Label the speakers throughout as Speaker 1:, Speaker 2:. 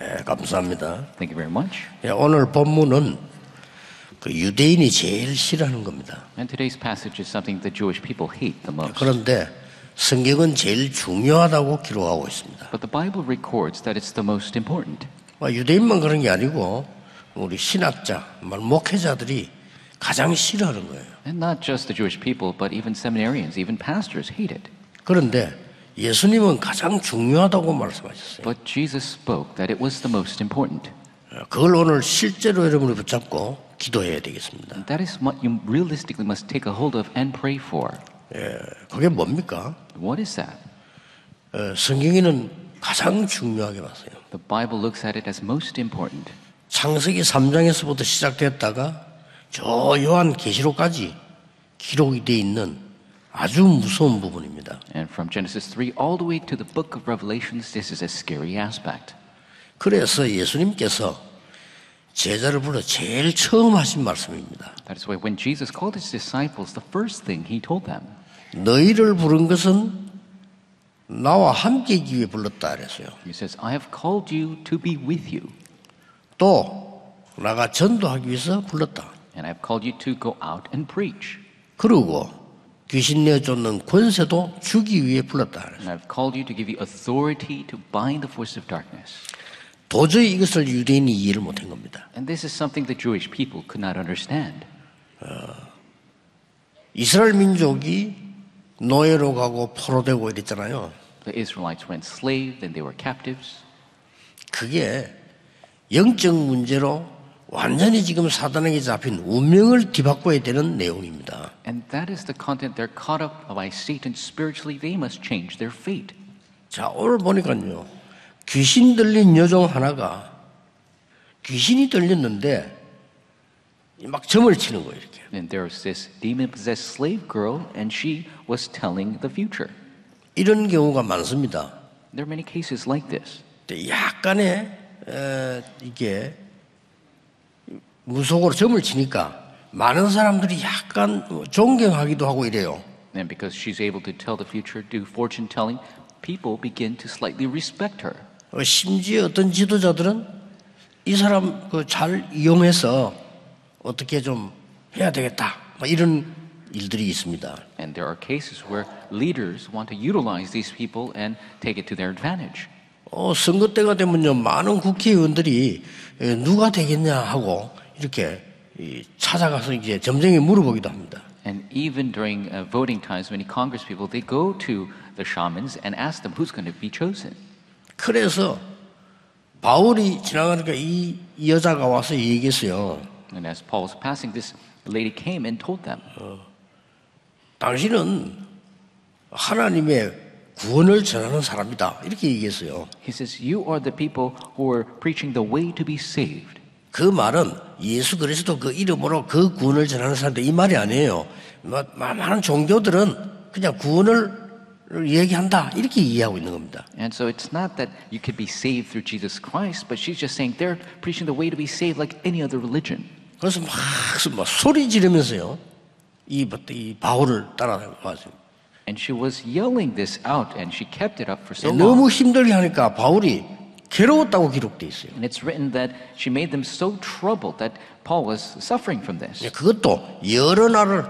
Speaker 1: 예, 감사합니다.
Speaker 2: Thank you very much.
Speaker 1: 예, 오늘 본문은 그 유대인이 제일 싫어하는 겁니다.
Speaker 2: And today's passage is something the Jewish people hate the most.
Speaker 1: 그런데 성경은 제일 중요하다고 기록하고 있습니다.
Speaker 2: But the Bible records that it's the most important.
Speaker 1: 뭐 유대인만 그런 게 아니고 우리 신학자, 뭐 목회자들이 가장 싫어하는 거예요.
Speaker 2: And not just the Jewish people, but even seminarians, even pastors hate it.
Speaker 1: 그런데 예수님은 가장 중요하다고 말씀하셨어요.
Speaker 2: But Jesus spoke that it was the most important.
Speaker 1: 어, 그걸 오늘 실제로 여러분이 붙잡고 기도해야 되겠습니다.
Speaker 2: And that is what you realistically must take a hold of and pray for.
Speaker 1: 예, 그게 뭡니까?
Speaker 2: What is that?
Speaker 1: 어, 성경에는 가장 중요하게 봤어요.
Speaker 2: The Bible looks at it as most important.
Speaker 1: 창세기 3장에서부터 시작됐다가 저 요한 계시록까지 기록이 돼 있는 아주 무서운 부분입니다.
Speaker 2: And from Genesis 3 all the way to the book of Revelations, this is a scary aspect.
Speaker 1: 그래서 예수님께서 제자를 불러 제일 처음 하신 말씀입니다.
Speaker 2: That is why when Jesus called his disciples, the first thing he told them
Speaker 1: 너희를 부른 것은 나와 함께 있기 위해 불렀다 그랬어요.
Speaker 2: He says, I have called you to be with you,
Speaker 1: 또 나가 전도하기 위해서 불렀다.
Speaker 2: and I have called you to go out and preach,
Speaker 1: 그리고 귀신 내쫓는 권세도 주기 위해 불렀다 그랬어요.
Speaker 2: and I have called you to give you authority to bind the force of darkness.
Speaker 1: 도저히 이것을 유대인이 이해를 못한 겁니다.
Speaker 2: And this is something the Jewish people could not understand.
Speaker 1: 이스라엘 민족이 노예로 가고 포로되고 이랬잖아요.
Speaker 2: The Israelites were enslaved and they were captives.
Speaker 1: 그게 영적 문제로 완전히 지금 사단에게 잡힌 운명을 뒤바꿔야 되는 내용입니다.
Speaker 2: And that is the content they're caught up by Satan spiritually. They must change their fate.
Speaker 1: 자, 오늘 보니까요. 귀신 들린 여종 하나가 귀신이 들렸는데 막 점을 치는 거예요, 이렇게.
Speaker 2: And there was this demon possessed slave girl, and she was telling the future.
Speaker 1: 이런 경우가 많습니다.
Speaker 2: There are many cases like this.
Speaker 1: 근데 약간의 에, 이게 무속으로 점을 치니까 많은 사람들이 약간 존경하기도 하고 이래요.
Speaker 2: And because she's able to tell the future, do fortune telling, people begin to slightly respect her.
Speaker 1: 어, 심지어 어떤 지도자들은 이 사람 그 잘 이용해서 어떻게 좀 해야 되겠다. 뭐 이런 일들이 있습니다.
Speaker 2: And there are cases where leaders want to utilize these people and take it to their advantage.
Speaker 1: 어, 선거 때가 되면요 많은 국회의원들이 에, 누가 되겠냐 하고 이렇게 이 찾아가서 이제 점쟁이 물어보기도 합니다.
Speaker 2: And even during uh, voting times, many Congress people they go to the shamans and ask them who's going to be chosen.
Speaker 1: 그래서 바울이 지나가니까 이, 이 여자가 와서 얘기했어요.
Speaker 2: And as Paul was passing, this lady came and told them,
Speaker 1: 당신은 하나님의 구원을 전하는 사람이다. 이렇게 얘기했어요.
Speaker 2: he says, "You are the people who are preaching the way to be saved."
Speaker 1: 그 말은 예수 그리스도 그 이름으로 그 구원을 전하는 사람들 이 말이 아니에요. 뭐, 마- 마- 많은 종교들은 그냥 구원을 얘기한다. 이렇게 이해하고 있는 겁니다.
Speaker 2: And so it's not that you could be saved through Jesus Christ, but she's just saying they're preaching the way to be saved like any other religion.
Speaker 1: 그래서 막, 막 소리 지르면서요. 이, 이 바울을 따라가서
Speaker 2: And she was yelling this out, and she kept it up for so long.
Speaker 1: 너무 힘들게 하니까 바울이 괴로웠다고 기록돼 있어요.
Speaker 2: And it's written that she made them so troubled that Paul was suffering from this.
Speaker 1: 이제 그것도 여러 날을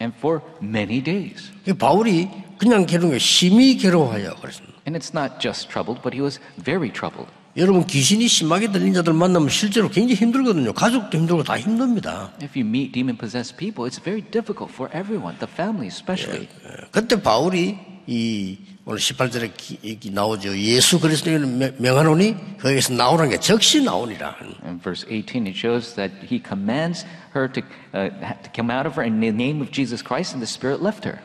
Speaker 2: And for many days.
Speaker 1: 이 바울이 그냥 괴로운 게 심히 괴로워하여 그랬습니다.
Speaker 2: And it's not just troubled, but he was very troubled.
Speaker 1: 여러분 귀신이 심하게 들린 자들 만나면 실제로 굉장히 힘들거든요. 가족도 힘들고 다 힘듭니다.
Speaker 2: If you meet demon possessed people, it's very difficult for everyone, the family especially.
Speaker 1: 어, 그때 바울이 이 오늘 18절에 기, 이 나오죠. 예수 그리스도는 명- 명하노니 거기에서 나오라는 게 적시 나오니라.
Speaker 2: In Uh, verse 18, it shows that he commands her to, uh, ha- to come out of her in the name of Jesus Christ, and the spirit left her.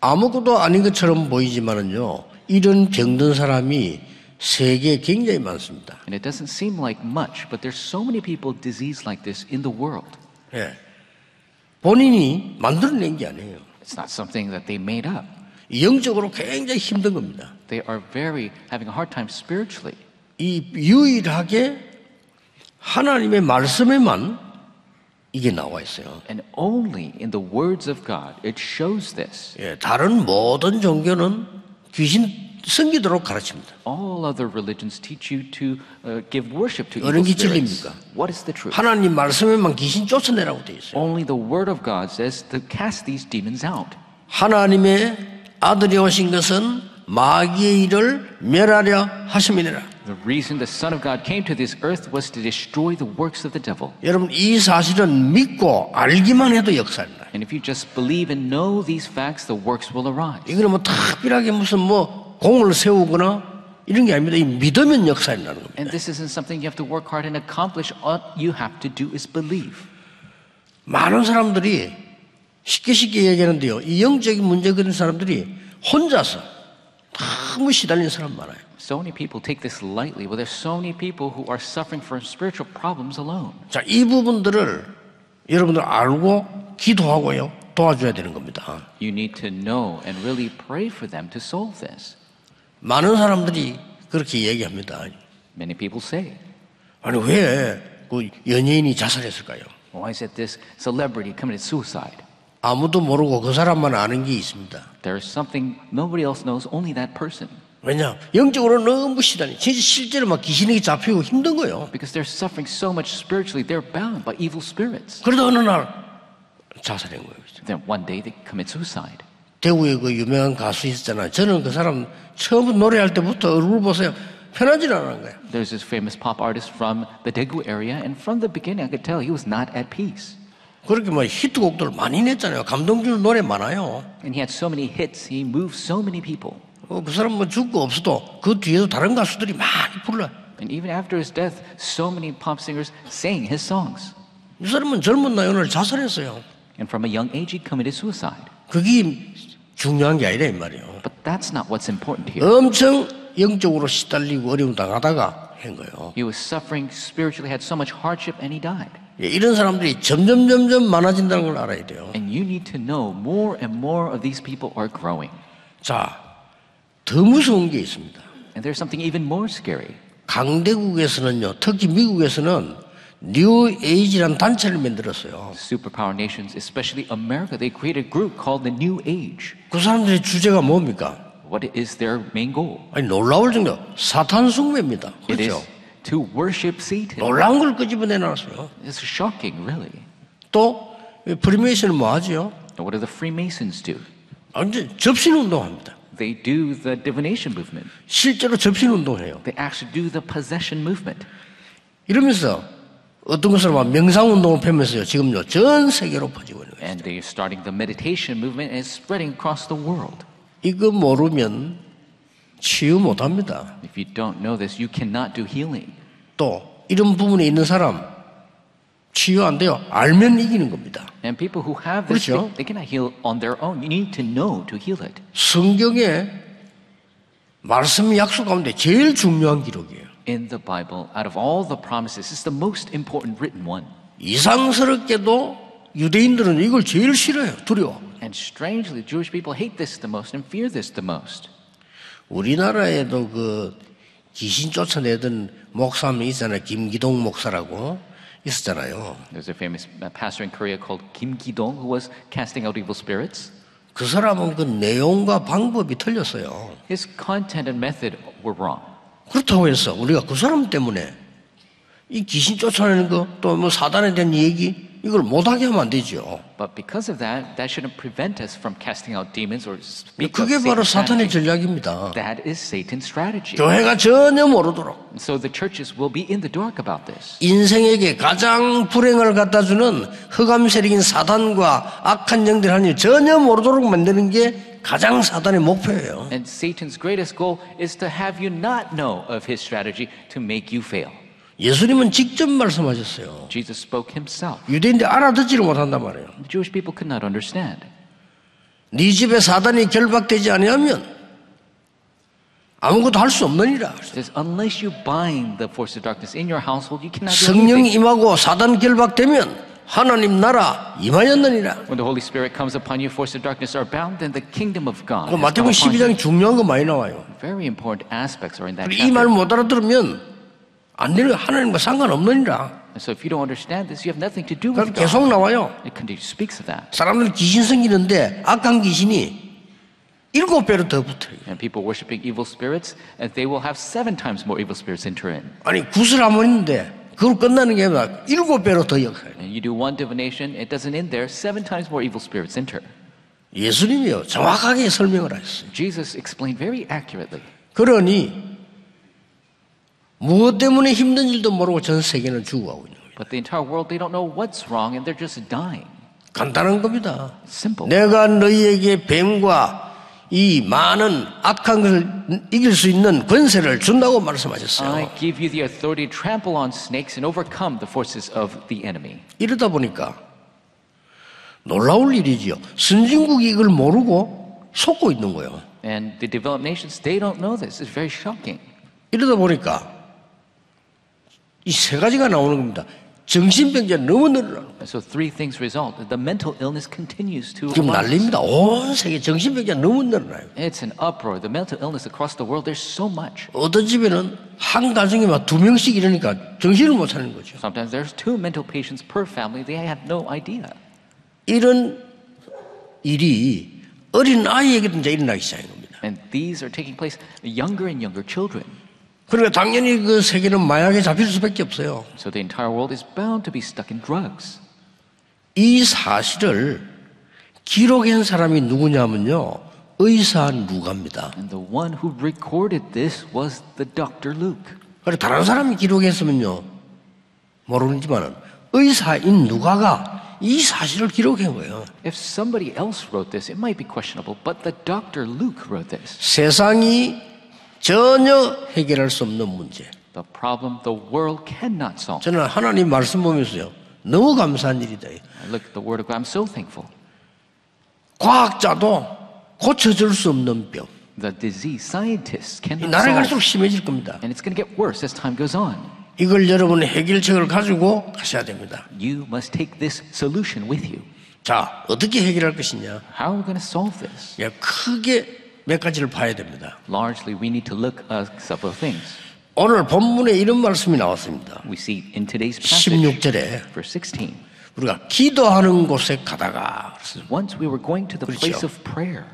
Speaker 1: 아무것도 아닌 것처럼 보이지만은요. 이런 병든 사람이 세계에 굉장히 많습니다.
Speaker 2: And it doesn't seem like much, but there's so many people diseased like this in the world.
Speaker 1: 예. 본인이 만들어낸 게 아니에요.
Speaker 2: It's not something that they made up.
Speaker 1: 영적으로 굉장히 힘든 겁니다.
Speaker 2: They are very having a hard time spiritually.
Speaker 1: 이 유일하게 하나님의 말씀에만 이게 나와 있어요.
Speaker 2: And only in the words of God it shows this.
Speaker 1: 예, 다른 모든 종교는 귀신 섬기도록 가르칩니다.
Speaker 2: All other religions teach you to uh, give worship to
Speaker 1: 어느
Speaker 2: evil
Speaker 1: 게
Speaker 2: spirits.
Speaker 1: 진리입니까?
Speaker 2: What is the truth?
Speaker 1: 하나님 말씀에만 귀신 쫓아내라고 되어 있어요.
Speaker 2: Only the word of God says to cast these demons out.
Speaker 1: 하나님의 아들이 오신 것은 마귀의 일을 멸하려 하심이니라.
Speaker 2: The reason the Son of God came to this earth was to destroy the works of the devil.
Speaker 1: 여러분 이 사실은 믿고 알기만 해도 역사입니다.
Speaker 2: And if you just believe and know these facts, the works will arise.
Speaker 1: 이거는 뭐 특별하게 무슨 뭐 공을 세우거나 이런 게 아닙니다. 이 믿으면 역사인다는 겁니다.
Speaker 2: And this isn't something you have to work hard and accomplish. All you have to do is believe.
Speaker 1: 많은 사람들이 쉽게 쉽게 얘기하는데요. 이 영적인 문제 그런 사람들이 혼자서 너무 시달리는 사람 많아요.
Speaker 2: So many people take this lightly. Well, there's so many people who are suffering from spiritual problems alone.
Speaker 1: 자, 이 부분들을 여러분들 알고 기도하고요. 도와줘야 되는 겁니다.
Speaker 2: You need to know and really pray for them to solve this.
Speaker 1: 많은 사람들이 그렇게 얘기합니다.
Speaker 2: Many people say,
Speaker 1: 아니, 왜그 연예인이 자살했을까요?
Speaker 2: Why is it this celebrity committed suicide?
Speaker 1: 아무도 모르고 그 사람만 아는 게 있습니다.
Speaker 2: There is something nobody else knows, only that person.
Speaker 1: 왜냐? 영적으로 너무 시달리. 진짜 실제로 막 귀신에게 잡히고 힘든 거예요.
Speaker 2: Because they're suffering so much spiritually, they're bound by evil spirits.
Speaker 1: 그러다 어느 날 자살한 거예요.
Speaker 2: Then one day they commit suicide.
Speaker 1: 대구에 그 유명한 가수 있었잖아요. 저는 그 사람 처음 노래할 때부터 얼굴 보세요. 편하지 않은 거예요.
Speaker 2: There's this famous pop artist from the Daegu area, and from the beginning I could tell he was not at peace.
Speaker 1: 그렇게 뭐 히트곡들 많이 냈잖아요. 감동주는 노래 많아요.
Speaker 2: And he had so many hits, he moved so many people.
Speaker 1: 어, 그 사람 뭐 죽고 없어도 그 뒤에도 다른 가수들이 많이 불러요.
Speaker 2: And even after his death, so many pop singers sang his songs.
Speaker 1: 이 사람은 젊은 나이 오늘 자살했어요.
Speaker 2: And from a young age, he committed suicide.
Speaker 1: 그게 중요한 게 아니라 이 말이에요.
Speaker 2: But that's not what's important here.
Speaker 1: 엄청 영적으로 시달리고 어려움 당하다가 한 거예요.
Speaker 2: He was suffering spiritually, had so much hardship, and he died.
Speaker 1: 예, 이런 사람들이 점점 점점 많아진다는 걸 알아야 돼요.
Speaker 2: And you need to know more and more of these people are growing.
Speaker 1: 자, 더 무서운 게 있습니다.
Speaker 2: And there's something even more scary.
Speaker 1: 강대국에서는요, 특히 미국에서는 뉴 에이지라는 단체를 만들었어요.
Speaker 2: Superpower nations, especially America, they created a group called the New Age.
Speaker 1: 그 사람들의 주제가 뭡니까?
Speaker 2: What is their main goal?
Speaker 1: 아니, 놀라울 정도. 사탄 숭배입니다.
Speaker 2: It is
Speaker 1: 그렇죠?
Speaker 2: to worship Satan.
Speaker 1: 놀라운 걸 끄집어내 놨어요.
Speaker 2: It's shocking, really.
Speaker 1: 또, 프리메이션은 뭐 하지요?
Speaker 2: And what do the Freemasons do?
Speaker 1: 아, 이제 접신 운동합니다.
Speaker 2: They do the divination movement.
Speaker 1: 실제로 접신 운동해요.
Speaker 2: They actually do the possession movement.
Speaker 1: 이러면서 어떤 것을 막 명상 운동을 펴면서요. 지금요, 전 세계로 퍼지고 있는 거예요.
Speaker 2: And they're starting the meditation movement and it's spreading across the world.
Speaker 1: 이거 모르면 치유 못 합니다.
Speaker 2: If you don't know this, you cannot do healing.
Speaker 1: 또, 이런 부분에 있는 사람, 치유 안 돼요. 알면 이기는 겁니다.
Speaker 2: And people who have this,
Speaker 1: 그렇죠.
Speaker 2: they, they cannot heal on their own. You need to know to heal it.
Speaker 1: 성경에 말씀 약속 가운데 제일 중요한 기록이에요.
Speaker 2: In the Bible, out of all the promises, it's the most important written one.
Speaker 1: 이상스럽게도 유대인들은 이걸 제일 싫어요. 두려워.
Speaker 2: And strangely, Jewish people hate this the most and fear this the most.
Speaker 1: 우리나라에도 그 귀신 쫓아내던 목사님이 있잖아요. 김기동 목사라고 있었잖아요.
Speaker 2: There's a famous uh, pastor in Korea called Kim Ki-dong who was casting out evil spirits.
Speaker 1: 그 사람은 그 내용과 방법이 틀렸어요.
Speaker 2: His content and method were wrong.
Speaker 1: 그렇다고 해서 우리가 그 사람 때문에 이 귀신 쫓아내는 거 또 뭐 사단에 대한 얘기 이걸 못하게 하면 안 되죠.
Speaker 2: But because of that, that shouldn't prevent us from casting out demons or speak of
Speaker 1: 그게 바로
Speaker 2: Satan's
Speaker 1: 사탄의
Speaker 2: strategy.
Speaker 1: 전략입니다.
Speaker 2: That is Satan's strategy.
Speaker 1: 교회가 전혀 모르도록
Speaker 2: And so the churches will be in the dark about this.
Speaker 1: 인생에게 가장 불행을 갖다 주는 흑암 세력인 사단과 악한 영들 하나님 전혀 모르도록 만드는 게 가장 사단의 목표예요.
Speaker 2: And Satan's greatest goal is to have you not know of his strategy to make you fail.
Speaker 1: 예수님은 직접 말씀하셨어요.
Speaker 2: Jesus spoke himself.
Speaker 1: 유대인들 알아듣지를 못한단 말이에요.
Speaker 2: The Jewish people could not understand.
Speaker 1: 네 집에 사단이 결박되지 아니하면 아무것도 할 수 없느니라.
Speaker 2: It says, unless you bind the force of darkness in your household, you cannot do
Speaker 1: 성령이
Speaker 2: anything.
Speaker 1: 임하고 사단 결박되면 하나님 나라 임하였느니라.
Speaker 2: When the Holy Spirit comes upon you, force of darkness are bound, then the kingdom of God.
Speaker 1: 그
Speaker 2: has come
Speaker 1: 마태복음
Speaker 2: upon you.
Speaker 1: 12장에 중요한 거 많이 나와요.
Speaker 2: Very important aspects are in that
Speaker 1: 이 말을
Speaker 2: chapter.
Speaker 1: 못 알아들으면 안 되는 하나님과 상관없느니라.
Speaker 2: And so if you don't understand this, you have nothing to do
Speaker 1: 그럼
Speaker 2: with God.
Speaker 1: 계속 나와요.
Speaker 2: It continues, speaks of that.
Speaker 1: 사람들 귀신 생기는데 악한 귀신이 일곱 배로 더 붙어요.
Speaker 2: And people worshiping evil spirits, and they will have seven times more evil spirits enter in.
Speaker 1: 아니 구슬 한번 있는데 그걸 끝나는 게 아니라 일곱 배로 더 역할.
Speaker 2: And you do one divination, it doesn't end there, seven times more evil spirits enter.
Speaker 1: 예수님이요 정확하게 설명을 하셨어요.
Speaker 2: Jesus explained very accurately.
Speaker 1: 그러니 무엇 때문에 힘든 일도 모르고 전 세계는 죽어가고 있는 거예요.
Speaker 2: But the entire world, they don't know what's wrong, and they're just dying.
Speaker 1: 간단한 겁니다.
Speaker 2: Simple.
Speaker 1: 내가 너희에게 뱀과 이 많은 악한 것을 이길 수 있는 권세를 준다고
Speaker 2: I
Speaker 1: 말씀하셨어요.
Speaker 2: give you the authority to trample on snakes and overcome the forces of the enemy.
Speaker 1: 이러다 보니까 놀라울 일이지요. 선진국이 이걸 모르고 속고 있는 거예요.
Speaker 2: And the developed nations, they don't know this. It's very shocking.
Speaker 1: 이러다 보니까 이 세 가지가 나오는 겁니다. 정신병자 너무 늘어나는 거예요.
Speaker 2: And so three things result. The mental illness continues to
Speaker 1: 지금
Speaker 2: arise.
Speaker 1: 난리입니다. 온 세계 정신병자 너무 늘어나요.
Speaker 2: It's an uproar. The mental illness across the world, there's so much.
Speaker 1: 어떤 집에는 한 가정에 막 두 명씩 이러니까 정신을 못 차는 거죠.
Speaker 2: Sometimes there's two mental patients per family. They have no idea.
Speaker 1: 이런 일이 어린 아이에게도 이제 일어나기 시작한 겁니다.
Speaker 2: And these are taking place younger and younger children.
Speaker 1: 그러니까 당연히 그 세계는 마약에 잡힐 수밖에 없어요.
Speaker 2: So the entire world is bound to be stuck in drugs.
Speaker 1: 이 사실을 기록한 사람이 누구냐면요. 의사 누가입니다.
Speaker 2: And the one who recorded this was the Dr. Luke.
Speaker 1: 그래 다른 사람이 기록했으면요. 모르지만은 의사인 누가가 이 사실을 기록한 거예요.
Speaker 2: If somebody else wrote this, it might be questionable, but the Dr. Luke wrote this.
Speaker 1: 세상이 전혀 해결할 수 없는 문제.
Speaker 2: The problem the world cannot solve.
Speaker 1: 저는 하나님 말씀 보면서요. 너무 감사한 일이다.
Speaker 2: I look at the Word of God, I'm so thankful.
Speaker 1: 과학자도 고쳐줄 수 없는 병.
Speaker 2: The disease scientists
Speaker 1: 이
Speaker 2: cannot
Speaker 1: 나라에
Speaker 2: solve.
Speaker 1: 갈수록 심해질 겁니다.
Speaker 2: And it's going to get worse as time goes on.
Speaker 1: 이걸 여러분 해결책을 가지고 가셔야 됩니다.
Speaker 2: You must take this solution with you.
Speaker 1: 자, 어떻게 해결할 것이냐?
Speaker 2: How are we going to solve this?
Speaker 1: 예, 크게 몇 가지를 봐야 됩니다.
Speaker 2: Largely, we need to look at several things.
Speaker 1: 오늘 본문에 이런 말씀이 나왔습니다.
Speaker 2: We see in today's passage,
Speaker 1: 16절에
Speaker 2: verse 16,
Speaker 1: 우리가 기도하는 곳에 가다가 그랬어요.
Speaker 2: once we were going to the place
Speaker 1: 그렇죠.
Speaker 2: of prayer.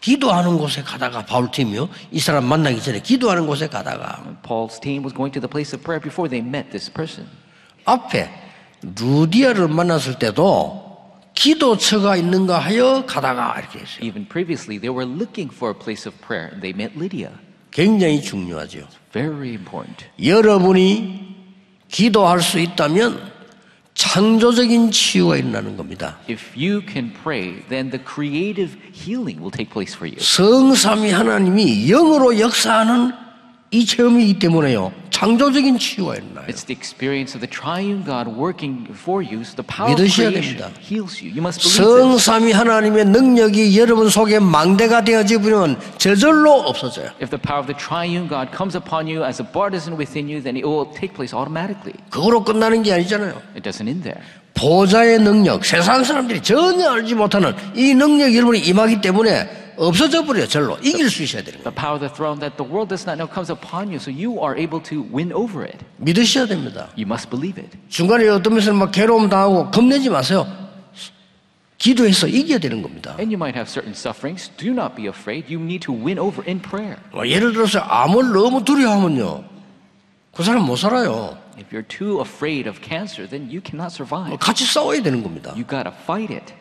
Speaker 1: 기도하는 곳에 가다가 바울팀이요. 이 사람 만나기 전에 기도하는 곳에 가다가
Speaker 2: Paul's team was going to the place of prayer before they met this person.
Speaker 1: 앞에 루디아를 만났을 때도 기도처가 있는가 하여 가다가 이렇게 했어요.
Speaker 2: Even previously, they were looking for a place of prayer. and They met Lydia.
Speaker 1: 굉장히 중요하죠.
Speaker 2: Very important.
Speaker 1: 여러분이 기도할 수 있다면 창조적인 치유가 일어나는 겁니다.
Speaker 2: If you can pray, then the creative healing will take place for you.
Speaker 1: 성삼위 하나님이 영으로 역사하는 이 체험이기 때문에요. 창조적인 치유가 일어나요.
Speaker 2: It's the experience of the triune God working for you. So the power of
Speaker 1: 믿으셔야
Speaker 2: creation
Speaker 1: 됩니다.
Speaker 2: heals you. You must believe this.
Speaker 1: 성삼위 하나님의 능력이 여러분 속에 망대가 되어지면 저절로 없어져요.
Speaker 2: If the power of the triune God comes upon you as a partisan within you, then it will take place automatically.
Speaker 1: 그거로 끝나는 게 아니잖아요.
Speaker 2: It doesn't end there.
Speaker 1: 보좌의 능력, 세상 사람들이 전혀 알지 못하는 이 능력이 여러분이 임하기 때문에 없어져 버려요. 절로 이길 수 있어야 되는 거예요.
Speaker 2: The power of the throne that the world does not know comes upon you, so you are able to win over it.
Speaker 1: 믿으셔야 됩니다.
Speaker 2: You must believe it.
Speaker 1: 중간에 어떤 면서 막 괴로움 당하고 겁내지 마세요. 기도해서 이겨야 되는 겁니다.
Speaker 2: And you might have certain sufferings. Do not be afraid. You need to win over in prayer.
Speaker 1: 뭐 예를 들어서 암을 너무 두려워하면요. 그 사람 못 살아요.
Speaker 2: If you're too afraid of cancer, then you cannot
Speaker 1: 뭐
Speaker 2: survive.
Speaker 1: 같이 싸워야 되는 겁니다.
Speaker 2: You gotta fight it.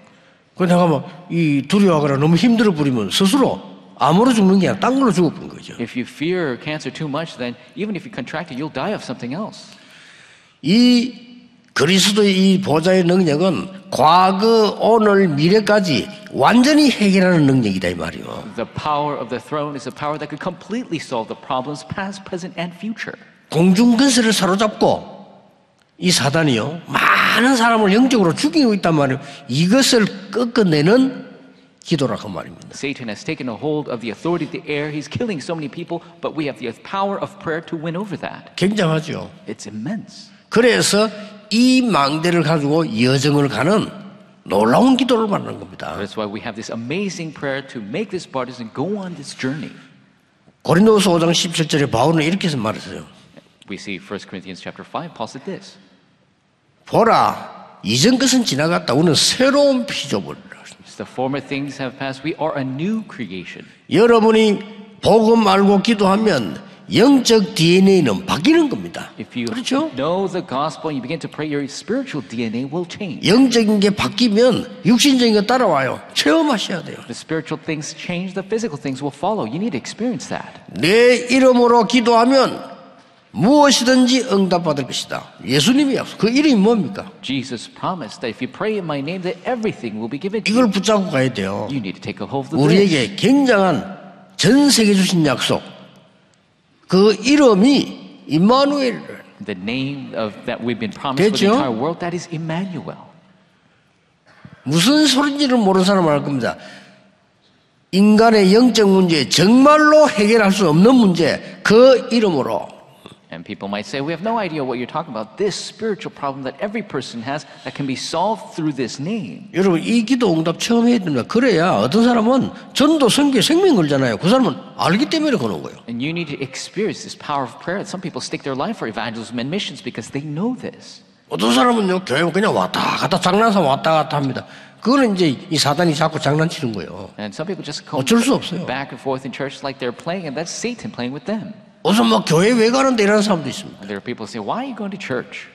Speaker 1: 그 내가 막 이 두려워하거나 너무 힘들어 버리면 스스로 암으로 죽는 게 아니라 딴 걸로 죽어버린 거죠.
Speaker 2: If you fear cancer too much, then even if you contract it, you'll die of something else.
Speaker 1: 이 그리스도의 이 보좌의 능력은 과거, 오늘, 미래까지 완전히 해결하는 능력이다 이 말이요.
Speaker 2: The power of the throne is a power that could completely solve the problems, past, present, and future.
Speaker 1: 공중 근세를 사로잡고 이 사단이요 많은 사람을 영적으로 죽이고 있단 말이에요. 이것을 꺾어내는 기도라고 그 말입니다.
Speaker 2: Satan has taken a hold of the authority of the air. He's killing so many people, but we have the power of prayer to win over that.
Speaker 1: 굉장하죠.
Speaker 2: It's immense.
Speaker 1: 그래서 이 망대를 가지고 여정을 가는 놀라운 기도를 받는 겁니다.
Speaker 2: That's why we have this amazing prayer to make this partisan go on this journey.
Speaker 1: 고린도서 5장 17절에 바울은 이렇게 해서 말했어요.
Speaker 2: We see 1 Corinthians chapter 5, Paul said this.
Speaker 1: 보라, 이전 것은 지나갔다. 우리는 새로운 피조물이라.
Speaker 2: As the former things have passed, we are a new creation.
Speaker 1: 여러분이 복음 알고 기도하면 영적 DNA는 바뀌는 겁니다.
Speaker 2: If you
Speaker 1: 그렇죠?
Speaker 2: know the gospel and you begin to pray, your spiritual DNA will change.
Speaker 1: 영적인 게 바뀌면 육신적인 거 따라와요. 체험하셔야 돼요.
Speaker 2: The spiritual things change, the physical things will follow. You need to experience that.
Speaker 1: 내 이름으로 기도하면 무엇이든지 응답받을 것이다. 예수님이 약속. 그 이름이 뭡니까?
Speaker 2: Jesus promised that if you pray in my name, that everything will be given to you.
Speaker 1: 이걸 붙잡고 가야 돼요.
Speaker 2: You need to take a hold of
Speaker 1: Oh,
Speaker 2: the word.
Speaker 1: 우리에게 굉장한 전 세계 주신 약속. 그 이름이 임마누엘.
Speaker 2: The name of that we've been promised for the
Speaker 1: 됐죠?
Speaker 2: entire world, that is Emmanuel.
Speaker 1: 무슨 소린지를 모르는 사람은 알 겁니다. 인간의 영적 문제, 정말로 해결할 수 없는 문제, 그 이름으로.
Speaker 2: And people might say, we have no idea what you're talking about. This spiritual problem that every person has that can be solved through this name.
Speaker 1: 여러분, 이 기도 응답 처음 해야 됩니다. 그래야 어떤 사람은 전도 선교에 생명 걸잖아요. 그 사람은 알기 때문에 그런 거예요.
Speaker 2: And you need to experience this power of prayer. Some people stake their life for evangelism and missions because they know this.
Speaker 1: 어떤 사람은요, 교회 그냥 왔다 갔다 장난삼아 왔다 갔다 합니다. 그거는 이제 이 사단이 자꾸 장난치는 거예요.
Speaker 2: And some people just come
Speaker 1: 어쩔 수 없어요.
Speaker 2: back and forth in church like they're playing, and that's Satan playing with them.
Speaker 1: 우선 뭐 교회 왜 가는데 이런 사람도 있습니다.
Speaker 2: And there are people who say, Why are you going to church?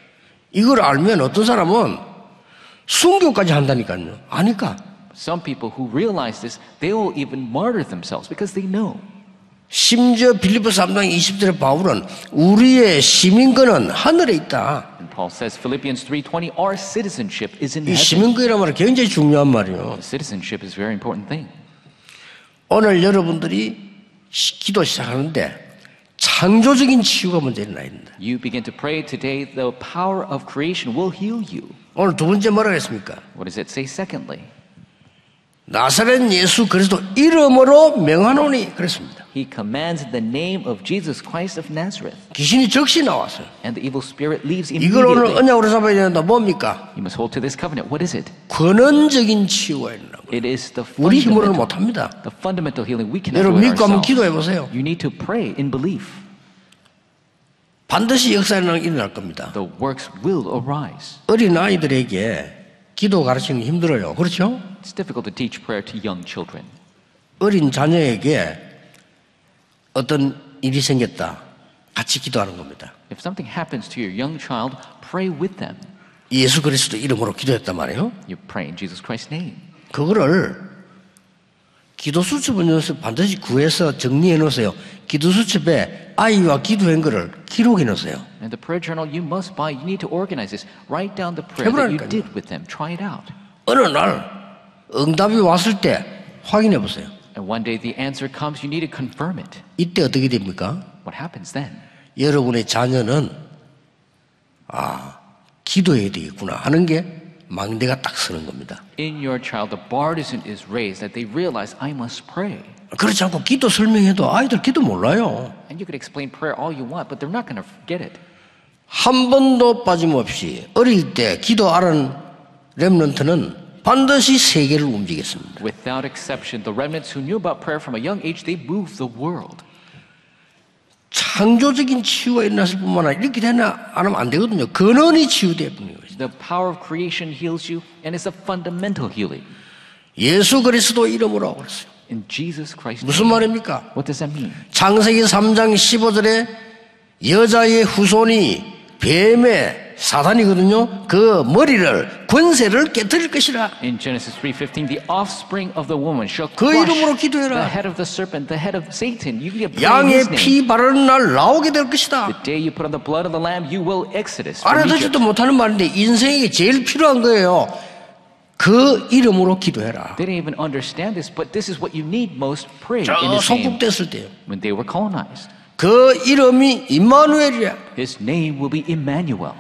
Speaker 1: 이걸 알면 어떤 사람은 순교까지 한다니까요. 아니까.
Speaker 2: Some people who realize this, they will even martyr themselves because they know.
Speaker 1: 심지어 빌리포 3장 20절의 바울은 우리의 시민권은 하늘에 있다.
Speaker 2: And Paul says, Philippians 3:20, our citizenship is in
Speaker 1: 이
Speaker 2: heaven.
Speaker 1: 시민권이란 말은 굉장히 중요한 말이에요.
Speaker 2: Citizenship is a very important thing.
Speaker 1: 오늘 여러분들이 시- 기도 시작하는데 창조적인 치유가 먼저 일어나야 된다.
Speaker 2: You begin to pray today, the power of creation will heal you.
Speaker 1: 오늘 두 번째 뭐라고 했습니까?
Speaker 2: What does it say? Secondly,
Speaker 1: 나사렛 예수 그리스도 이름으로 명하노니 그랬습니다.
Speaker 2: he commands in the name of Jesus Christ of Nazareth,
Speaker 1: 귀신이 적시 나왔어요.
Speaker 2: and the evil spirit leaves
Speaker 1: 이걸 오늘
Speaker 2: immediately.
Speaker 1: 언약으로 잡아야 된다. 뭡니까?
Speaker 2: You must hold to this covenant. What is it?
Speaker 1: 권원적인 치유가 일어나고
Speaker 2: It is the
Speaker 1: 우리 힘으로는
Speaker 2: fundamental,
Speaker 1: 못합니다.
Speaker 2: the fundamental healing. We cannot do
Speaker 1: 여러분
Speaker 2: it
Speaker 1: 믿고 한번
Speaker 2: ourselves.
Speaker 1: 기도해 보세요.
Speaker 2: You need to pray in belief.
Speaker 1: 반드시 역사 일어나- 일어날 겁니다.
Speaker 2: The works will arise.
Speaker 1: 어린 아이들에게 기도 가르치는 게 힘들어요. 그렇죠?
Speaker 2: It's difficult to teach prayer to young children.
Speaker 1: 어린 자녀에게 어떤 일이 생겼다. 같이 기도하는 겁니다.
Speaker 2: If something happens to your young child, pray with them.
Speaker 1: 예수 그리스도 이름으로 기도했단 말이에요.
Speaker 2: You pray in Jesus Christ's name.
Speaker 1: 그거를 기도 수첩은 요새 반드시 구해서 정리해 놓으세요. 기도 수첩에 아이와 기도한 거를 기록해 놓으세요.
Speaker 2: And the prayer journal you must buy, you need to organize this. Write down the prayer that you
Speaker 1: 해보라니까요.
Speaker 2: did with them. Try it out.
Speaker 1: 어느 날 응답이 왔을 때 확인해 보세요.
Speaker 2: And one day the answer comes, you need to confirm it.
Speaker 1: 이때 어떻게 됩니까?
Speaker 2: What happens then?
Speaker 1: 여러분의 자녀는 아 기도해야 되겠구나 하는 게 망대가 딱 서는 겁니다.
Speaker 2: In your child, the bartisan is raised that they realize, I must pray.
Speaker 1: 그렇지 않고 기도 설명해도 아이들 기도 몰라요.
Speaker 2: And you could explain prayer all you want, but they're not going to get it.
Speaker 1: 한 번도 빠짐없이 어릴 때 기도 아는 렘런트는 반드시 세계를 움직였습니다.
Speaker 2: Without exception, the remnants who knew about prayer from a young age, they moved the world.
Speaker 1: 창조적인 치유가 일어났을 뿐만 아니라 이렇게 되나 안 하면 안 되거든요. 근원이 치유돼야 되는 거예요.
Speaker 2: The power of creation heals you, and it's a fundamental healing.
Speaker 1: 예수 그리스도 이름으로 그랬어요.
Speaker 2: In Jesus Christ.
Speaker 1: 무슨 말입니까?
Speaker 2: What does that mean?
Speaker 1: 창세기 3장 15절에 여자의 후손이 뱀의 사단이거든요. 그 머리를 권세를 깨뜨릴 것이라.
Speaker 2: In Genesis 3:15, the offspring of the woman shall
Speaker 1: 그
Speaker 2: crush
Speaker 1: 이름으로 기도해라.
Speaker 2: the head of the serpent, the head of Satan. You can pray in
Speaker 1: 양의
Speaker 2: his name.
Speaker 1: 피 바르는 날 나오게 될
Speaker 2: The
Speaker 1: 것이다.
Speaker 2: day you put on the blood of the lamb, you will exodus. from Egypt.
Speaker 1: 알아듣지도 못하는 말인데 인생에게 제일 필요한 거예요. 그 이름으로 기도해라.
Speaker 2: They didn't even understand this, but this is what you need most: pray in
Speaker 1: 저
Speaker 2: His name.
Speaker 1: 속국됐을 때요.
Speaker 2: When they were colonized,
Speaker 1: 그 이름이 임마누엘이야.
Speaker 2: His name will be Emmanuel.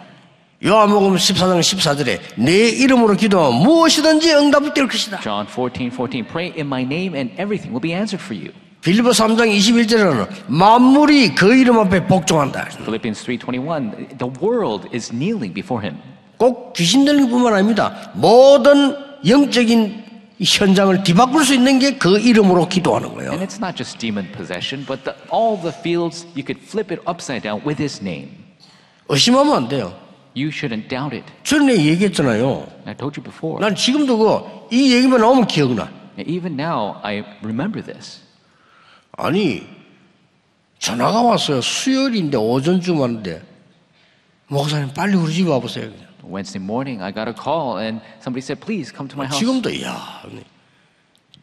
Speaker 1: 요한복음 14장 14절에 내 이름으로 기도하면 무엇이든지 응답이 될 것이다.
Speaker 2: John 14:14. Pray in my name, and everything will be answered for you.
Speaker 1: 빌리보 3장 21절에는 만물이 그 이름 앞에 복종한다.
Speaker 2: Philippians 3:21. The world is kneeling before Him.
Speaker 1: 꼭 귀신 들린 뿐만 아닙니다. 모든 영적인 현장을 뒤바꿀 수 있는 게 그 이름으로 기도하는
Speaker 2: And
Speaker 1: 거예요.
Speaker 2: it's not just demon possession, but the, all the fields you could flip it upside down with His name.
Speaker 1: 의심하면 안 돼요.
Speaker 2: You shouldn't doubt it.
Speaker 1: 전에 얘기했잖아요.
Speaker 2: I told you before.
Speaker 1: 난 지금도 그, 이 얘기만 나오면 기억나.
Speaker 2: Even now, I remember this.
Speaker 1: 아니, 전화가 왔어요. 수요일인데, 오전쯤 왔는데, 목사님 빨리 우리 집에 와보세요. 그냥.
Speaker 2: Wednesday morning, I got a call and somebody said, Please come to my house.
Speaker 1: 지금도, 이야.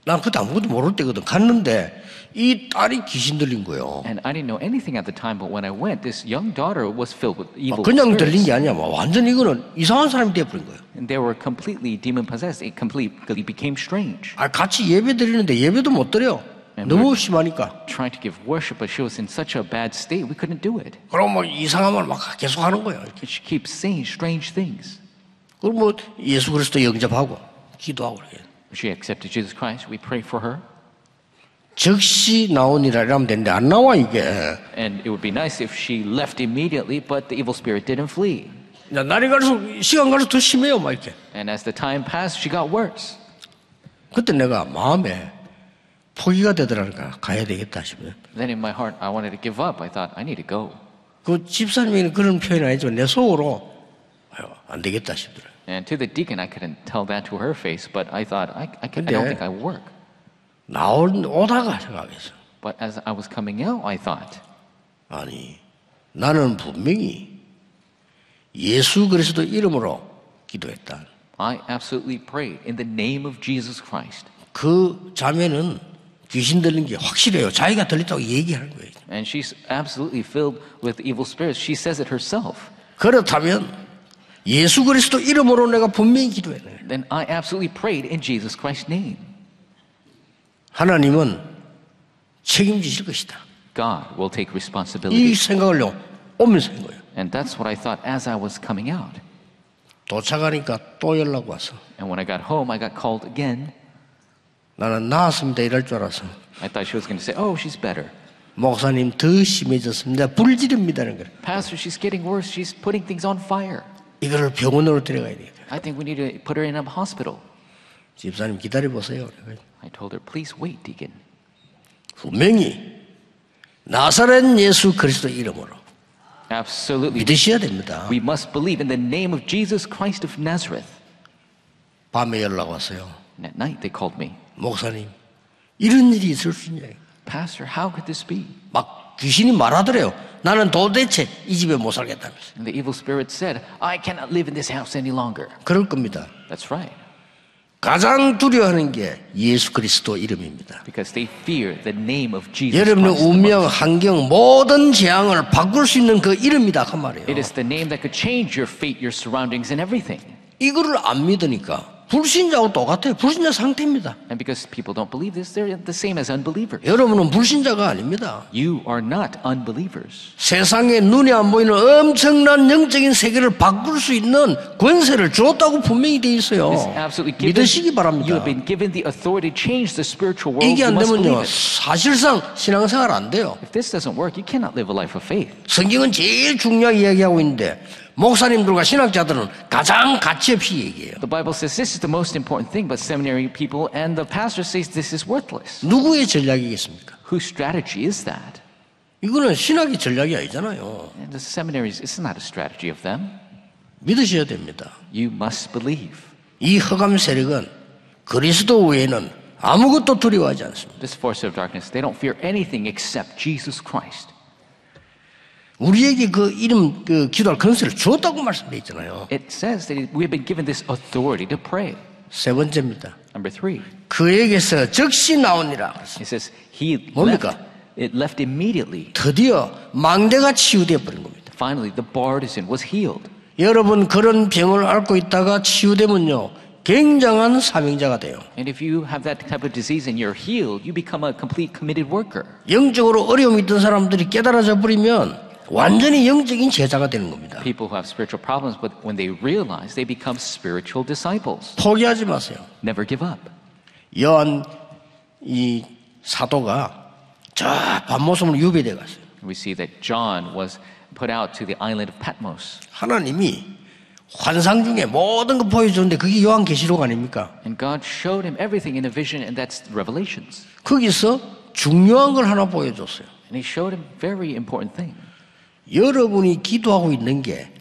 Speaker 1: 난 그때 아무것도 모를 때거든. 갔는데, 이 딸이 귀신 들린 거예요.
Speaker 2: And I didn't know anything at the time, but when I went, this young daughter was filled with
Speaker 1: 아,
Speaker 2: evil
Speaker 1: 그냥 들린
Speaker 2: spirits.
Speaker 1: 게 아니야. 막 완전 이거는 이상한 사람이 돼버린 거예요.
Speaker 2: And they were completely demon possessed. It completely became strange.
Speaker 1: 아, 같이 예배 드리는데 예배도 못 드려. 너무 심하니까.
Speaker 2: Trying to give worship, but she was in such a bad state, we couldn't do it.
Speaker 1: 그럼 뭐 이상한 말 막 계속 하는 거예요.
Speaker 2: And she keeps saying strange things.
Speaker 1: 그럼 뭐 예수 그리스도 영접하고 기도하고 그래요.
Speaker 2: She accepted Jesus Christ. We pray for her.
Speaker 1: 즉시 나오니라 이러면 되는데 안 나와 이게.
Speaker 2: And it would be nice if she left immediately, but the evil spirit didn't flee.
Speaker 1: 야, 날이 갈수록 시간 갈수록 더 심해요 막 이렇게.
Speaker 2: And as the time passed, she got worse.
Speaker 1: 그때 내가 마음에 포기가 되더라니까 가야 되겠다 싶어요.
Speaker 2: Then in my heart, I wanted to give up. I thought, I need to go.
Speaker 1: 그 집사님이 그런 표현 아니지만 내 속으로 아유, 안 되겠다 싶더라고요.
Speaker 2: And to the deacon, I couldn't tell that to her face, but I thought, I, I, can, I don't
Speaker 1: Yeah.
Speaker 2: think I work.
Speaker 1: 나온 오다가 생각했어.
Speaker 2: But as I was coming out, I thought,
Speaker 1: 아니 나는 분명히 예수 그리스도 이름으로 기도했다.
Speaker 2: I absolutely prayed in the name of Jesus Christ.
Speaker 1: 그 자매는 귀신 들린 게 확실해요. 자기가 들렸다고 얘기하는 거예요.
Speaker 2: And she's absolutely filled with evil spirits. She says it herself.
Speaker 1: 그렇다면 예수 그리스도 이름으로 내가 분명히 기도했네.
Speaker 2: Then I absolutely prayed in Jesus Christ's name.
Speaker 1: 하나님은 책임지실 것이다.
Speaker 2: God will take responsibility.
Speaker 1: 이 생각을 오면서 한 거예요.
Speaker 2: And that's what I thought as I was coming out.
Speaker 1: 도착하니까 또 연락 와서
Speaker 2: And when I got home, I got called again.
Speaker 1: 나는 나았습니다 이럴 줄 알았어.
Speaker 2: I thought she was going to say, Oh, she's better.
Speaker 1: 목사님 더 심해졌습니다. 불지릅니다는 거예요.
Speaker 2: Pastor, she's getting worse. She's putting things on fire.
Speaker 1: 이거를 병원으로 데려가야 돼요.
Speaker 2: I think we need to put her in a hospital.
Speaker 1: 집사님 기다려 보세요. 그래가지고
Speaker 2: I told her, Please wait, Deacon.
Speaker 1: 분명히 나사렛 예수 그리스도 이름으로
Speaker 2: Absolutely.
Speaker 1: 믿으셔야 됩니다.
Speaker 2: We must believe in the name of Jesus Christ of Nazareth.
Speaker 1: 밤에 연락 왔어요.
Speaker 2: And at night, they called me.
Speaker 1: 목사님 이런 일이 있을 수 있냐?
Speaker 2: Pastor, how could this be?
Speaker 1: 막 귀신이 말하더래요. 나는 도대체 이 집에 못 살겠다면서.
Speaker 2: And the evil spirit said, I cannot live in this house any longer.
Speaker 1: 그럴 겁니다.
Speaker 2: That's right.
Speaker 1: 가장 두려워하는 게 예수 그리스도 이름입니다.
Speaker 2: Because they fear the name of Jesus
Speaker 1: 여러분의
Speaker 2: Christ. the
Speaker 1: 운명,
Speaker 2: most.
Speaker 1: 환경, 모든 재앙을 바꿀 수 있는 그 이름이다 그
Speaker 2: It
Speaker 1: 말이에요.
Speaker 2: is the name that could change your fate, your surroundings, and everything.
Speaker 1: 이거를 안 믿으니까 불신자하고 똑같아요. 불신자 상태입니다.
Speaker 2: And because people don't believe this, they're the same as unbelievers.
Speaker 1: 여러분은 불신자가 아닙니다.
Speaker 2: You are not unbelievers.
Speaker 1: 세상에 눈에 안 보이는 엄청난 영적인 세계를 바꿀 수 있는 권세를 주었다고 분명히 돼 있어요.
Speaker 2: It's absolutely given.
Speaker 1: Oh. 믿으시기
Speaker 2: You
Speaker 1: 바랍니다.
Speaker 2: have been given the authority to change the spiritual world.
Speaker 1: 이게 안
Speaker 2: You must believe
Speaker 1: 되면요
Speaker 2: it.
Speaker 1: 사실상 신앙생활 안 돼요.
Speaker 2: If this doesn't work, you cannot live a life of faith.
Speaker 1: 성경은 제일 중요하게 이야기하고 있는데 목사님들과 신학자들은 가장 가치 없이 얘기해요.
Speaker 2: The Bible says this is the most important thing, but seminary people and the pastor says this is worthless.
Speaker 1: 누구의 전략이겠습니까?
Speaker 2: Whose strategy is that?
Speaker 1: 이거는 신학의 전략이 아니잖아요.
Speaker 2: And the seminaries, it's not a strategy of them.
Speaker 1: 믿으셔야 됩니다.
Speaker 2: You must believe.
Speaker 1: 이 허감 세력은 그리스도 외에는 아무것도 두려워하지 않습니다.
Speaker 2: This force of darkness, they don't fear anything except Jesus Christ.
Speaker 1: 우리에게 그 이름 그 기도할 권세를 주었다고 말씀돼 있잖아요.
Speaker 2: It says that we have been given this authority to pray.
Speaker 1: 세 번째입니다.
Speaker 2: Number three,
Speaker 1: 그에게서 즉시 나오니라. 그랬어요.
Speaker 2: it says he left.
Speaker 1: 뭡니까?
Speaker 2: It left immediately.
Speaker 1: 드디어 망대가 치유되어 버린 겁니다.
Speaker 2: Finally, the bartisan was healed.
Speaker 1: 여러분 그런 병을 앓고 있다가 치유되면요. 굉장한 사명자가 돼요.
Speaker 2: And if you have that type of disease and you're healed, you become a complete committed worker.
Speaker 1: 영적으로 어려움이 있던 사람들이 깨달아져 버리면 완전히 영적인 제자가 되는 겁니다.
Speaker 2: People who have spiritual problems, but when they realize, they become spiritual disciples.
Speaker 1: 포기하지 마세요.
Speaker 2: Never give up.
Speaker 1: 여한 이 사도가 저 밤모섬으로 유배돼 갔어요.
Speaker 2: We see that John was put out to the island of Patmos.
Speaker 1: 하나님이 환상 중에 모든 걸 보여주는데 그게 요한계시록 아닙니까?
Speaker 2: And God showed him everything in a vision, and that's Revelations.
Speaker 1: 거기서 중요한 걸 하나 보여줬어요.
Speaker 2: And he showed him very important thing.
Speaker 1: 여러분이 기도하고 있는 게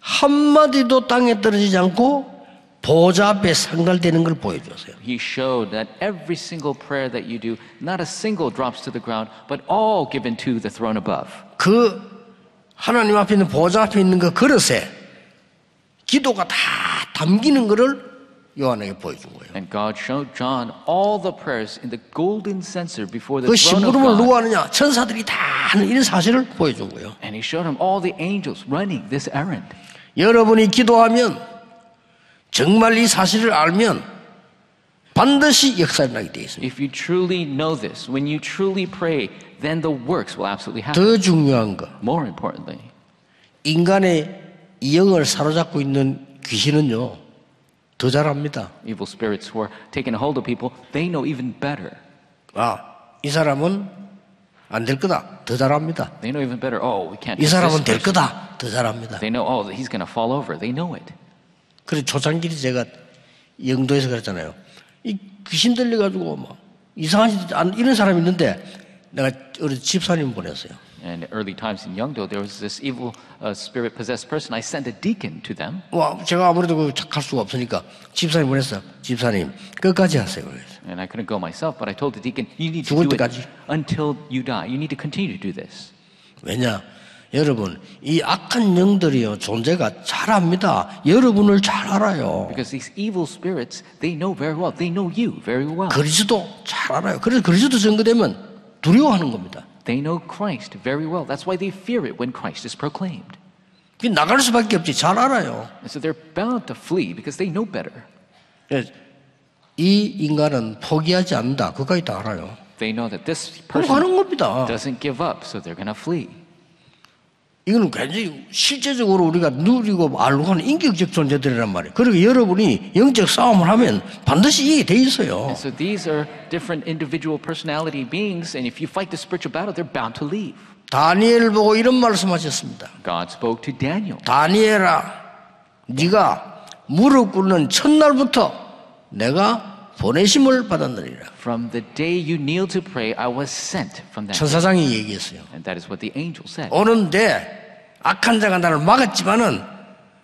Speaker 1: 한마디도 땅에 떨어지지 않고 보좌 앞에 상달되는 걸 보여줬어요.
Speaker 2: He showed that every single prayer that you do, not a single drops to the ground, but all given to the throne above.
Speaker 1: 그 하나님 앞에 있는 보좌 앞에 있는 그 그릇에 기도가 다 담기는 것을 요한에게 보여준 거예요.
Speaker 2: And God showed John all the prayers in the golden censer before the
Speaker 1: 그
Speaker 2: throne of
Speaker 1: 심부름을
Speaker 2: God.
Speaker 1: 누가 하느냐? 천사들이 다 하는 이런 사실을 보여준 거예요.
Speaker 2: And he showed him all the angels running this errand.
Speaker 1: 여러분이 기도하면 정말 이 사실을 알면 반드시 역사를 나게 되어 있습니다.
Speaker 2: If you truly know this, when you truly pray, then the works will absolutely happen.
Speaker 1: 더 중요한 거,
Speaker 2: More importantly,
Speaker 1: 인간의 이 영을 사로잡고 있는 귀신은요, 더 잘합니다.
Speaker 2: evil spirits who are taking hold of people, they know even better.
Speaker 1: 아, 이 사람은 안 될 거다. 더 잘합니다.
Speaker 2: They know even better. Oh, we can't.
Speaker 1: 이
Speaker 2: trust this
Speaker 1: 사람은 될
Speaker 2: person.
Speaker 1: 거다. 더 잘합니다.
Speaker 2: They know. Oh, he's gonna fall over. They know it.
Speaker 1: 그래서 초창기에 제가 영도에서 그랬잖아요. 이 귀신 들려가지고 막 이상한 짓 안- 이런 사람이 있는데 내가 어느 집사님 보냈어요.
Speaker 2: And early times in Yeongdo, there was this evil uh, spirit possessed person. I sent a deacon to them.
Speaker 1: 와, 제가 아무래도 그 착할 수가 없으니까 집사님 보냈어요. 집사님 끝까지 하세요. 그래서.
Speaker 2: And I couldn't go myself, but I told the deacon, you need to
Speaker 1: 죽을
Speaker 2: do
Speaker 1: 때까지.
Speaker 2: it until you die. You need to continue to do this.
Speaker 1: 왜냐? 여러분 이 악한 영들이요 존재가 잘합니다. 여러분을 잘 알아요.
Speaker 2: Because these evil spirits, they know very well. They know you very well.
Speaker 1: 그리스도 잘 알아요. 그래서 그리스도 증거되면 두려워하는 겁니다.
Speaker 2: They know Christ very well. That's why they fear it when Christ is proclaimed.
Speaker 1: 그게 나갈 수밖에 없지. 잘 알아요.
Speaker 2: And so they're bound to flee because they know better.
Speaker 1: 예, 이 인간은 포기하지 않는다. 그까지 다 알아요.
Speaker 2: They know that this
Speaker 1: 그럼
Speaker 2: person
Speaker 1: 가는 겁니다.
Speaker 2: doesn't give up, so they're going to flee.
Speaker 1: 이거는 굉장히 실제적으로 우리가 누리고 알고 하는 인격적 존재들이란 말이에요. 그리고 여러분이 영적 싸움을 하면 반드시 이게 돼 있어요.
Speaker 2: And so these are different individual personality beings, and if you fight the spiritual battle, they're bound to leave.
Speaker 1: 다니엘 보고 이런 말씀하셨습니다.
Speaker 2: God spoke to Daniel.
Speaker 1: 다니엘아, 네가 무릎 꿇는 첫날부터 내가 보내심을 받았느니라.
Speaker 2: From the day you kneel to pray, I was sent from that.
Speaker 1: 천사장이 얘기했어요.
Speaker 2: And that is what the angel said.
Speaker 1: 오는데 악한 자가 나를 막았지만은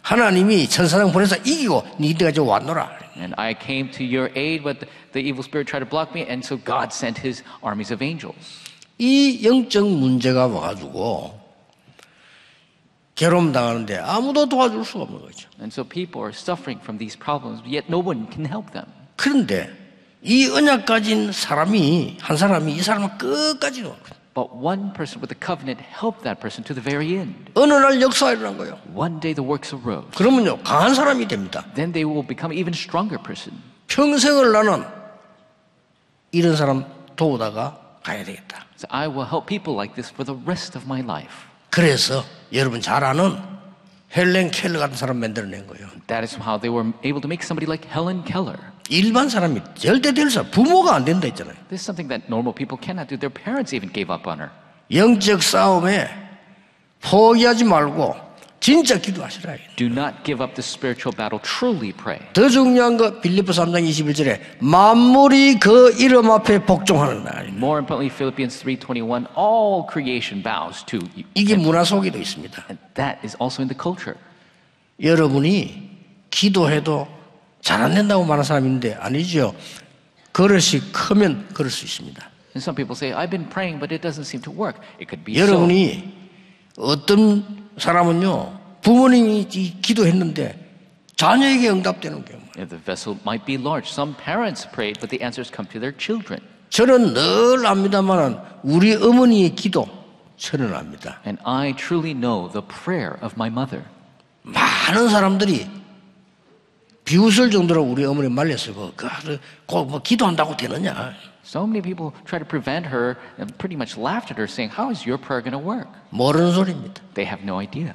Speaker 1: 하나님이 천사장 보내서 이기고 니들까지 왔노라.
Speaker 2: And I came to your aid, but the evil spirit tried to block me, and so God sent his armies of angels.
Speaker 1: 이 영적 문제가 와가지고 괴로움 당하는데 아무도 도와줄 수가 없는 거죠.
Speaker 2: And so people are suffering from these problems, yet no one can help them.
Speaker 1: 그런데 이 언약 가진 사람이 한 사람이 이 사람을 끝까지 도와요.
Speaker 2: But one person with the covenant helped that person to the very end.
Speaker 1: 어느 날 역사가 일어난 거예요.
Speaker 2: One day the works arose.
Speaker 1: 그러면요 강한 사람이 됩니다.
Speaker 2: Then they will become even stronger person.
Speaker 1: 평생을 나는 이런 사람 도우다가 가야 되겠다.
Speaker 2: So I will help people like this for the rest of my life.
Speaker 1: 그래서 여러분 잘 아는 헬렌 켈러 같은 사람 만들어낸 거예요.
Speaker 2: That is how they were able to make somebody like Helen Keller.
Speaker 1: 일반 사람이 절대 될 수 없 부모가 안 된다 했잖아요.
Speaker 2: This is something that normal people cannot do. Their parents even gave up on her.
Speaker 1: 영적 싸움에 포기하지 말고 진짜 기도하시라.
Speaker 2: Do not give up the spiritual battle. Truly pray.
Speaker 1: 더 중요한 거 빌리포 3장 21절에 만물이 그 이름 앞에 복종하는 날.
Speaker 2: More importantly, Philippians 3:21, all creation bows to you.
Speaker 1: 이게 문화 속에도 있습니다.
Speaker 2: And that is also in the culture.
Speaker 1: 여러분이 기도해도 잘 안 된다고 말하는 사람이 있는데 아니죠. 그릇이 크면 그럴 수 있습니다.
Speaker 2: And some people say, I've been praying, but it doesn't seem to work. It could be so.
Speaker 1: 여러분이 어떤 사람은요 부모님이 이 기도했는데 자녀에게 응답되는 경우.
Speaker 2: Yeah, The vessel might be large. Some parents prayed, but the answers come to their children.
Speaker 1: 저는 늘 압니다만은 우리 어머니의 기도 저는 압니다.
Speaker 2: And I truly know the prayer of my mother.
Speaker 1: 많은 사람들이 비웃을 정도로 우리 어머니 말렸어요. 그, 그, 그, 뭐 기도한다고 되느냐?
Speaker 2: So many people try to prevent her and pretty much laughed at her, saying, How is your prayer going to work?
Speaker 1: 모르는 소리입니다.
Speaker 2: They have no idea.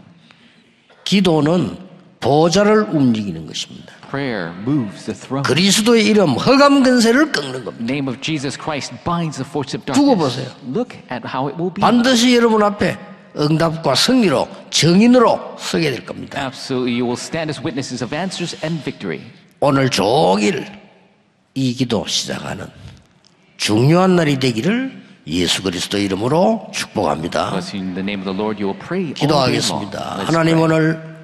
Speaker 1: 기도는 보좌를 움직이는 것입니다.
Speaker 2: Prayer moves the throne.
Speaker 1: 그리스도의 이름 허감 근세를 꺾는 겁니다.
Speaker 2: name of Jesus Christ binds the force of
Speaker 1: 두고
Speaker 2: darkness. Look at how it will be.
Speaker 1: 반드시 여러분 앞에 응답과 승리로 정인으로 서게 될 겁니다.
Speaker 2: Absolutely, you will stand as witnesses of answers and victory.
Speaker 1: 오늘 종일 이 기도 시작하는 중요한 날이 되기를 예수 그리스도 이름으로 축복합니다.
Speaker 2: Bless you in the name of the Lord. You will pray all day long.
Speaker 1: 기도하겠습니다.
Speaker 2: Let's
Speaker 1: 하나님
Speaker 2: pray.
Speaker 1: 오늘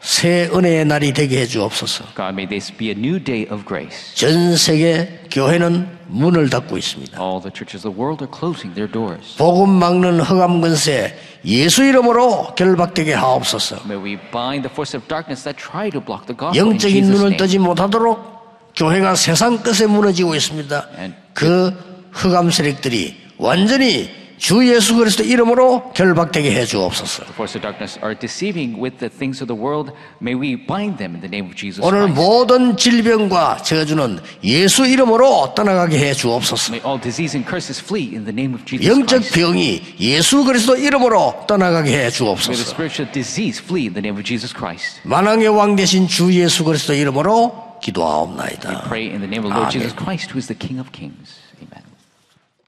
Speaker 1: 새 은혜의 날이 되게 해 주옵소서.
Speaker 2: God, may this be a new day of grace.
Speaker 1: 전 세계 교회는 문을 닫고 있습니다.
Speaker 2: All the churches of the world are closing their doors.
Speaker 1: 복음 막는 허감 근세 예수 이름으로 결박되게 하옵소서.
Speaker 2: May we bind the force of darkness that try to block the gospel in
Speaker 1: 영적인
Speaker 2: 아, Jesus'
Speaker 1: 눈을
Speaker 2: name.
Speaker 1: 뜨지 못하도록 교회가 세상 끝에 무너지고 있습니다.
Speaker 2: 네.
Speaker 1: 그 흑암 세력들이 완전히 주 예수 그리스도 이름으로 결박되게 해 주옵소서.
Speaker 2: The force of darkness are deceiving with the things of the world. May we bind them in the name of Jesus
Speaker 1: 오늘
Speaker 2: Christ.
Speaker 1: 모든 질병과 저주는 예수 이름으로 떠나가게 해 주옵소서.
Speaker 2: May all disease and curses flee in the name of Jesus
Speaker 1: 영적
Speaker 2: Christ.
Speaker 1: 병이 예수 그리스도 이름으로 떠나가게 해
Speaker 2: May the
Speaker 1: 주옵소서.
Speaker 2: spiritual disease flee in the name of Jesus Christ.
Speaker 1: 만왕의 왕 되신 주 예수 그리스도 이름으로 기도하옵나이다.
Speaker 2: Pray in the name of the Lord
Speaker 1: Amen.
Speaker 2: Jesus Christ, who is the King of Kings. Amen.